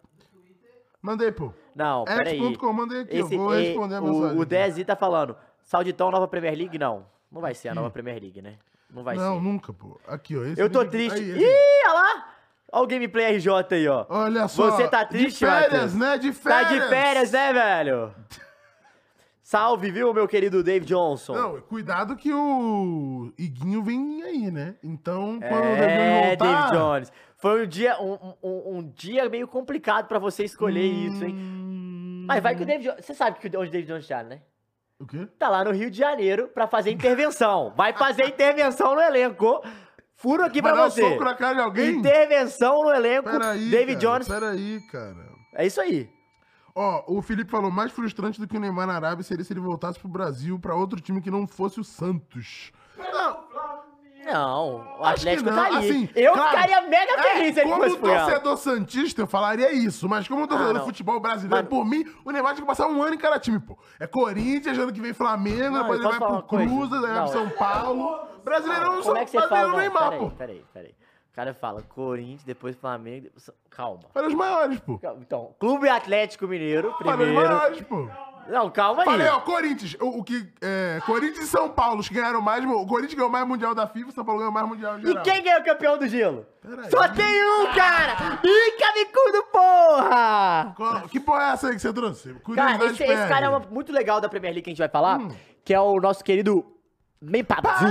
Mandei, pô. Não, peraí. X.com, mandei aqui. Esse- É, eu vou e- responder a mensagem. o, o Dezi tá falando. Sauditão, nova Premier League? Não. Não vai ser a nova Premier League, né? Não vai Não, ser. nunca, pô. Aqui, ó. esse eu tô link- triste. aí, assim. Ih, esse- olha lá! Olha o gameplay RJ aí, ó. Olha só. Você tá triste, De férias, Matheus? né? De Tá férias. de férias, né, [laughs] velho? Salve, viu, meu querido Dave Johnson? Não, cuidado que o Iguinho vem aí, né? Então, quando o Damião é, Dave voltar... Jones. Foi um dia, um, um- um dia meio complicado pra você escolher Hum. isso, hein? Mas vai que o Dave Jones. Você sabe que onde o Dave Jones tá, né? O quê? Tá lá no Rio de Janeiro pra fazer intervenção. Vai fazer intervenção no elenco. Furo aqui Vai pra dar um você. soco na cara de alguém? Intervenção no elenco. Peraí, David cara, Jones. Peraí, cara. É isso aí. Ó, o Felipe falou, mais frustrante do que o Neymar na Arábia seria se ele voltasse pro Brasil pra outro time que não fosse o Santos. Não, Não, o Acho Atlético que não, tá ali. assim, eu claro, ficaria mega É, feliz se ele como fosse pro Real. torcedor santista, eu falaria isso, mas como torcedor Ah, não. do futebol brasileiro, Mano. por mim, o Neymar tinha que passar um ano em cada time, pô. É Corinthians, ano que vem Flamengo, Não, depois ele eu posso vai pro falar uma coisa? Cruz, aí vai Não. pro São Paulo. Brasileirão não Como é que você fala? brasileirão Não, Neymar, peraí, pô. peraí, peraí. O cara fala Corinthians, depois Flamengo. depois- Calma. Para os maiores, pô. Calma. Então, Clube Atlético Mineiro, Para os primeiro. maiores, pô. Não, calma Falei, aí. ó, Corinthians. O, o que. É, Corinthians e São Paulo, os que ganharam mais. O Corinthians ganhou mais Mundial da FIFA, o São Paulo ganhou mais Mundial em E geral. quem ganhou o campeão do gelo? Peraí. Só tem um, cara! Ih, cabecudo, porra! Qual- Que porra é essa aí que você trouxe? Cara, esse, esse perde. cara é uma- muito legal da Premier League que a gente vai falar, que é o nosso querido Mempazu.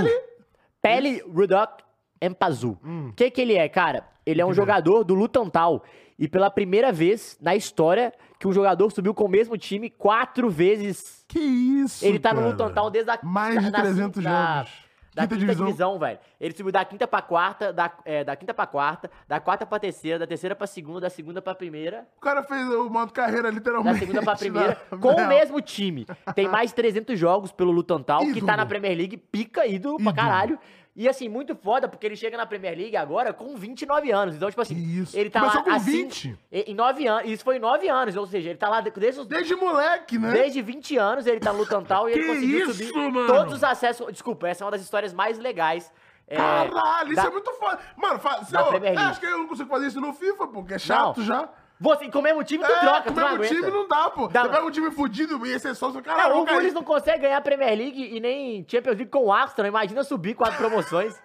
Pele Rudok Empazu. O que que ele é, cara? Ele é um jogador do Lutantal. E pela primeira vez na história que um jogador subiu com o mesmo time quatro vezes. Que isso? Ele tá no cara. Lutantal desde a Mais de da- 300 da- jogos. Da Quinta quinta, divisão. divisão. velho. Ele subiu da quinta pra quarta, da, é, da quinta pra quarta, da quarta pra terceira, da terceira pra segunda, da segunda pra primeira. O cara fez o modo carreira Da literalmente. segunda pra primeira, [laughs] na- com na- o mesmo time. Tem mais de 300 jogos pelo Lutantal, que tá Ídolo. na Premier League, pica ídolo, pra Ídolo. caralho. E assim, muito foda, porque ele chega na Premier League agora com 29 anos. Então, tipo Que assim, isso. ele tá Começou lá com assim- 20. em 9 anos. Isso foi em 9 anos, ou seja, ele tá lá de- desde os Desde moleque, né? Desde 20 anos ele tá no Lutantal e ele Que conseguiu isso, subir mano? todos os acessos. Desculpa, essa é uma das histórias mais legais. É, Caralho, isso da- é muito foda. Mano, fa... se da eu... Premier eu League. acho que eu não consigo fazer isso no FIFA, porque é chato Não. já. Você, com o mesmo time, tu é, troca, com tu o não mesmo aguenta. time não dá, pô. Dá. Você pega um time fudido e esse é só... É, Caralho, o Muniz não consegue ganhar a Premier League e nem Champions League com o Arsenal. Imagina subir quatro promoções.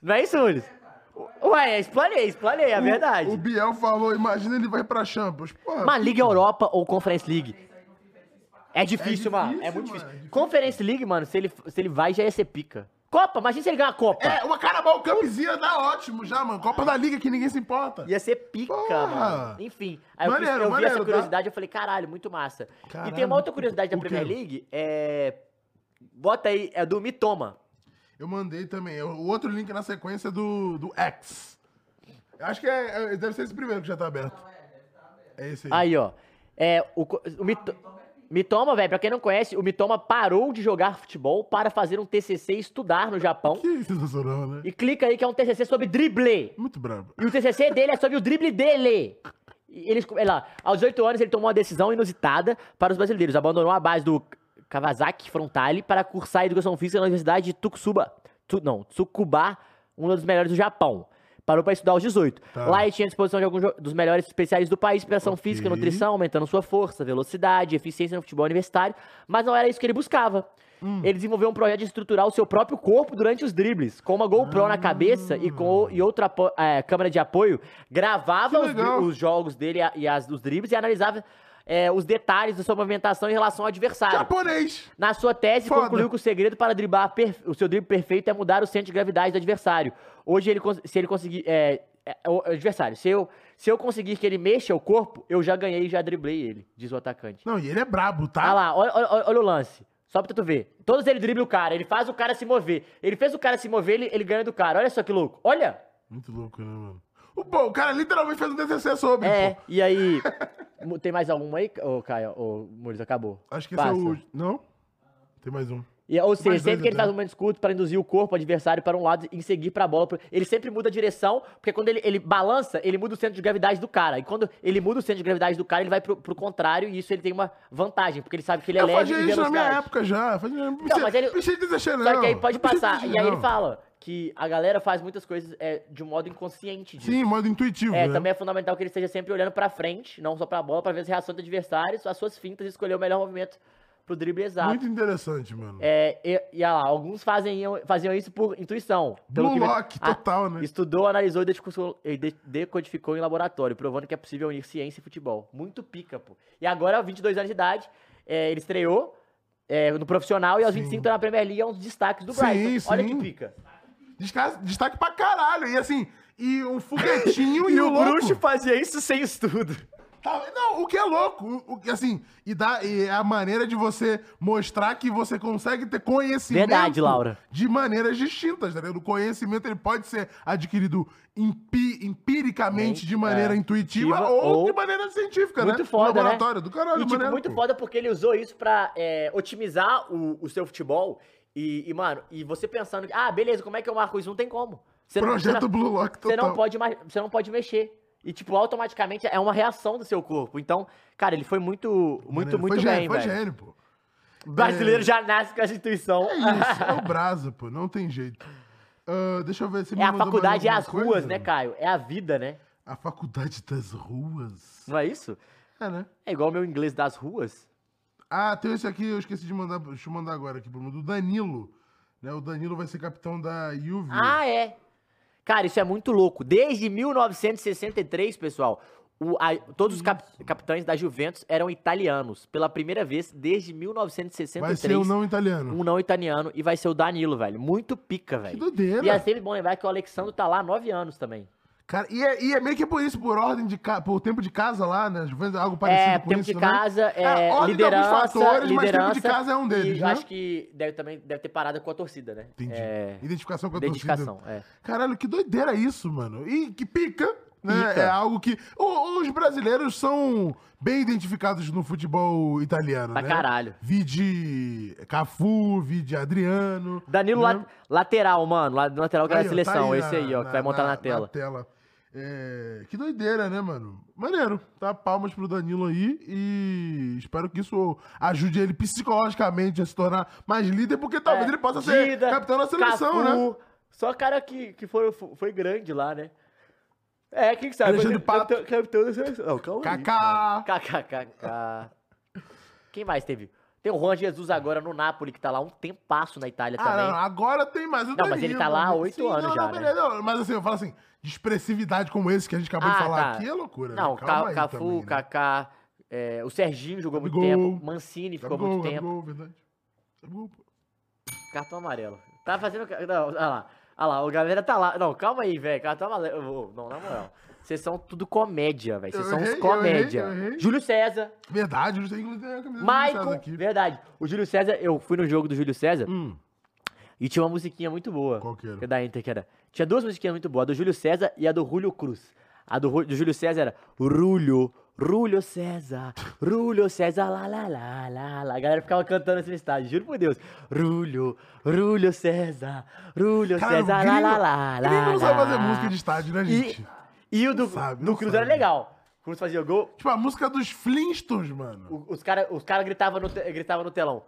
Não é isso, Muniz? Ué, explanei, explanei, é verdade. O, o Biel falou, imagina ele vai pra Champions. Porra, Uma Liga Europa ou Conference League. É difícil, difícil, mano. É mano, muito difícil. é difícil. Conference League, mano, se ele, se ele vai, já ia ser pica. Copa, imagina se ele ganhar a Copa. É, uma Carabao Camisinha dá ótimo já, mano. Copa da Liga que ninguém se importa. Ia ser pica, Porra! mano. Enfim, aí eu quis- Maneiro, eu, vi maneiro, essa tá? curiosidade e eu falei, caralho, muito massa. e tem Caralho, uma outra curiosidade da o Premier quê? League, é... Bota aí, é do Mitoma. Eu mandei também. O o outro link na sequência é do, do X. Eu Acho que é, é- deve ser esse primeiro que já tá aberto. É esse aí. Aí, ó. É, o, co- o Mito- Mitoma, velho, pra quem não conhece, o Mitoma parou de jogar futebol para fazer um TCC e estudar no Japão. [laughs] Que sensacional, né? E clica aí que é um TCC sobre drible. Muito brabo. E o TCC dele é sobre o drible dele. E Eles, olha lá, aos 18 anos ele tomou uma decisão inusitada para os brasileiros. Abandonou a base do Kawasaki Frontale para cursar educação física na Universidade de Tukusuba. Tu, não, Tsukubá, um dos melhores do Japão. Parou para estudar aos 18. Tá. Lá ele tinha à disposição de alguns jo- dos melhores especialistas do país, preparação Ok. física, nutrição, aumentando sua força, velocidade, eficiência no futebol universitário, mas não era isso que ele buscava. Hum. Ele desenvolveu um projeto de estruturar o seu próprio corpo durante os dribles, com uma GoPro Ah. na cabeça e com o- e outra apo- eh, câmera de apoio, gravava Que os, dri- legal. os jogos dele a- e as, os dribles e analisava eh, os detalhes da sua movimentação em relação ao adversário. Japonês! Na sua tese, Foda. concluiu que o segredo para driblar perf- o seu drible perfeito é mudar o centro de gravidade do adversário. Hoje, ele, cons- se ele conseguir. É, é, o adversário, se eu, se eu conseguir que ele mexa o corpo, eu já ganhei e já driblei ele, diz o atacante. Não, e ele é brabo, Ah tá? lá, olha, olha- olha- olha o lance. Só pra tu ver. Todos ele dribla o cara, ele faz o cara se mover. Ele fez o cara se mover, ele, ele ganha do cara. Olha só que louco. Olha! Muito louco, né, mano? O, pô, o cara literalmente fez um TCC sobre, É, pô. e aí. [laughs] mu- Tem mais alguma aí, ô Caio? Ô Muriz, acabou. Acho que Passa. esse é o... Não? Tem mais um. E, ou seja, mais né? dois sempre que ele até. faz um momento curto para induzir o corpo adversário para um lado e em seguir para a bola. pro- Ele sempre muda a direção, porque quando ele, ele balança, ele muda o centro de gravidade do cara. E quando ele muda o centro de gravidade do cara, ele vai pro, pro contrário e isso ele tem uma vantagem, porque ele sabe que ele é eu leve fazia e isso na minha velocidade. época já. eu Fazia... Não, precisa, mas ele- não precisa de TCC, não. Só que aí pode Não precisa de passar. TCC, E aí ele não. fala que a galera faz muitas coisas é, de um modo inconsciente. disso. Sim, modo intuitivo, É, né? também é fundamental que ele esteja sempre olhando pra frente, não só pra bola, pra ver as reações dos adversários, as suas fintas e escolher o melhor movimento pro drible exato. Muito interessante, mano. É, e, e olha lá, alguns fazem, faziam isso por intuição. pelo Blue que- Lock, Ah, total, né? Estudou, analisou e decodificou, e de- decodificou em laboratório, provando que é possível unir ciência e futebol. Muito pica, pô. E agora, aos 22 anos de idade, é, ele estreou é, no profissional e aos Sim. 25 tá na Premier League, é um dos destaques do Sim, Brighton. Olha sim. que pica. Desca- Destaque pra caralho. E assim, e o [laughs] foguetinho e, o louco. Bruxo fazia isso sem estudo. Tá- não, o que é louco. O, o- assim, e, dá, e é a maneira de você mostrar que você consegue ter conhecimento. Verdade, Laura. De maneiras distintas, tá ligado? O conhecimento ele pode ser adquirido empi- empiricamente, Mente, de maneira é. intuitiva Ativa ou, ou- de maneira científica, né? Muito foda, né? Laboratório do caralho, E, tipo, maneiro, muito pô. foda porque ele usou isso pra é, otimizar o, o seu futebol. E, e, mano, e você pensando, que, ah, beleza, como é que eu marco isso? Não tem como. Você não- você Projeto não- Blue Lock total. você não pode mais- você não pode mexer e tipo automaticamente é uma reação do seu corpo então cara ele foi muito Maneiro. muito muito foi bem gênio, Foi velho gênio, pô. [laughs] brasileiro já nasce com essa intuição É [laughs] isso, é o Brasa, pô, não tem jeito. Ah, deixa eu ver se é a faculdade é as ruas né Caio é a vida né A faculdade das ruas. não é isso É, né? é igual o meu inglês das ruas Ah, tem esse aqui, eu esqueci de mandar. Deixa eu mandar agora aqui, Bruno. Do Danilo. Né? O Danilo vai ser capitão da Juve. ah é cara isso é muito louco desde 1963 pessoal o- a- todos os cap- capitães da Juventus eram italianos pela primeira vez desde 1963 vai ser o não italiano. um não italiano e vai ser o Danilo velho muito pica velho Que E é doideira. sempre bom lembrar que o Alexandro tá lá há nove anos também. Cara, e, é, e é meio que por isso, por ordem de ca... por tempo de casa lá, né? Juventus, Algo parecido é, com tempo isso, de né? casa, é, É, ordem de alguns liderança, fatores, mas liderança. tempo de casa é um deles, e né? acho que deve, também deve ter parada com a torcida, né? Entendi. É, Identificação com a torcida. identificação, é. Caralho, que doideira isso, mano. E que pica, né? Pica. É algo que. o- os brasileiros são bem identificados no futebol italiano, Pra né? caralho. Vide Cafu, vide Adriano. Danilo né? la- lateral, mano. la- Lateral que era Aí, da ó, seleção. tá aí esse na- aí, ó, que vai montar na, tela. tela. É, que doideira, né, mano? Maneiro. Tá palmas pro Danilo aí e espero que isso ajude ele psicologicamente a se tornar mais líder, porque talvez É, ele possa Dida, ser capitão da seleção, né? Cafu, Só cara que, que foi, foi grande lá, né? É, quem que sabe? Alexandre Mas é capitão, capitão da seleção. Não, calma aí. Kaká. KKKK. Quem mais teve? Tem o Juan Jesus agora no Napoli, que tá lá um tempasso na Itália Ah, também. não, agora tem mais o Não, mas ele tá lá há mano. oito Sim, anos não, já, não, né? beleza, não, mas assim, eu falo assim, de expressividade como esse que a gente acabou de Ah, falar tá. aqui é loucura. né? Não, Calma Ca- aí Cafu, também, né? Kaká, é, o Serginho jogou muito Gabigol. tempo, Mancini ficou Gabigol, muito tempo, Gabigol, tá verdade. Gabigol, pô. cartão amarelo. Tá fazendo... ca- Não, olha lá, olha lá, o galera tá lá. Não, calma aí, velho, cartão amarelo. Ô, Não, na moral, vocês são tudo comédia, velho, vocês Eu são uns errei, eu comédia. errei, eu errei. Júlio César, Verdade, eu tenho que ter a camiseta do Thiago Maicon, aqui. verdade. O Júlio César, eu fui no jogo do Júlio César Hum, e tinha uma musiquinha muito boa. qual que era? Que é da Inter, que era. Tinha duas musiquinhas muito boas, a do Júlio César e a do Rúlio Cruz. A do, Ru- do Júlio César era Rúlio, Rúlio César, Rúlio César, lá, lá, lá, lá, lá. A galera ficava cantando assim no estádio, juro por Deus. Rúlio, Rúlio César, Rúlio Cara, César, gringo- lá, lá, lá, lá. gringo não sabe fazer lá. música de estádio, né, gente? E, e o do, sabe, do não Cruz era sabe. legal. O Cruz fazia gol, Tipo, a música dos Flintstones, mano. o- os caras os cara gritavam no, te- gritava no telão: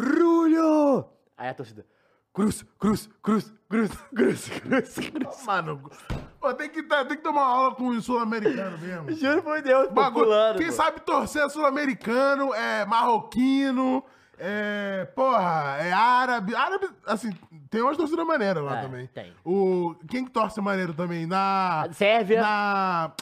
Rúlio! Aí a torcida. Cruz, cruz, cruz, cruz, cruz, cruz, cruz. Mano, pô, tem que, tá- tem que tomar aula com o sul-americano mesmo. [laughs] Juro por Deus, Bagulho. bagulando. Quem sabe torcer é sul-americano, é marroquino, é. Porra, é árabe. Árabe, assim, tem umas torcidas maneiras lá É, também. tem. O, quem que torce maneiro também? Na. Sérvia, Na.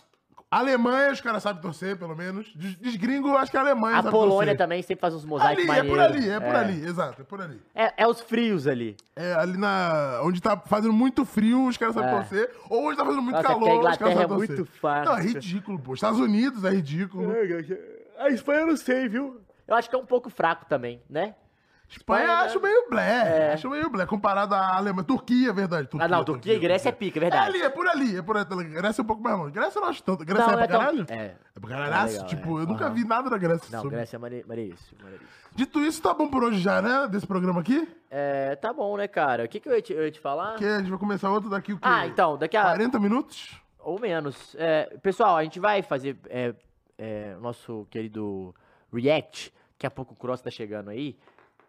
Alemanha, os caras sabem torcer, pelo menos. Des- Desgringo, eu acho que a Alemanha a sabe Polônia torcer. também sempre faz uns mosaicos Ali, é por maneiros. ali, é por ali, exato, é por ali. É, é os frios ali. É, ali na. Onde tá fazendo muito frio, os caras sabem É. torcer. Ou onde tá fazendo muito Nossa, calor, porque a os caras Inglaterra sabem é torcer. muito fácil. Não, é ridículo, pô. Estados Unidos é ridículo. É, A Espanha eu não sei, viu? Eu acho que é um pouco fraco também, né? Espanha Espanha, é. acho meio blé. Acho meio blé. Comparado à Alemanha. Turquia, é verdade. Turquia, Ah, não, Turquia e Grécia é pica, é verdade. É ali, é por ali. É por ali. Grécia é um pouco mais longe. Grécia eu não acho tanto. Grécia não, é pra é tão- caralho? É. É. pra caralho, É legal, tipo, é. eu nunca Aham. vi nada da Grécia. Não, sobre. Grécia é mane- maneiríssimo, maneiríssimo. Dito isso, tá bom por hoje já, né? Desse programa aqui. É, tá bom, né, cara? O que, que eu, ia te, eu ia te falar? Que a gente vai começar outro daqui o quê? Ah, então, daqui a. 40 minutos? Ou menos. É, pessoal, a gente vai fazer é, é, o nosso querido React. Daqui a pouco o Cross tá chegando aí.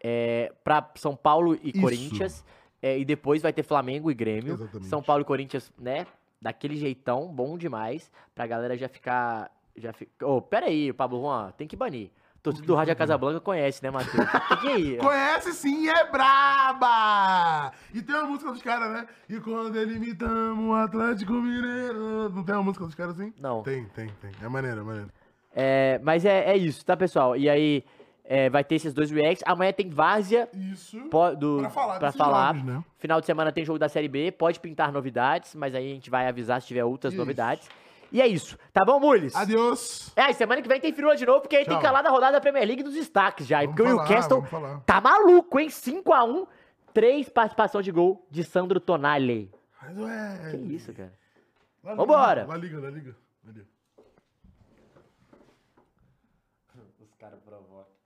É, pra São Paulo e Isso. Corinthians. é, e depois vai ter Flamengo e Grêmio. Exatamente. São Paulo e Corinthians, né? Daquele jeitão, bom demais. Pra galera já ficar. Já fi... Ô, pera aí, Pablo Juan, tem que banir. Torcida do Rádio Casablanca conhece, [laughs] né, Matheus? Tem que ir. Conhece sim, é braba! E tem uma música dos caras, né? E quando eliminamos o um Atlético Mineiro. Não tem uma música dos caras assim? Não. Tem, tem, tem. É maneiro, é maneiro. É, mas é, é isso, tá, pessoal? E aí, é, vai ter esses dois reacts. Amanhã tem Várzea Isso. po- do, Pra falar pra desses falar. jogos, né? Final de semana tem jogo da Série B, pode pintar novidades, mas aí a gente vai avisar se tiver outras Isso. novidades. E é isso, tá bom, Mules? Adeus. É, e semana que vem tem firula de novo, porque aí Tchau. tem calada rodada da Premier League dos destaques já. Vamos porque o falar, Newcastle vamos falar. tá maluco, hein? 5x1, três participação de gol de Sandro Tonali. Mas ué. Que isso, cara? Lá liga, Vambora. Lá liga, lá liga. Valeu. Os caras provocam.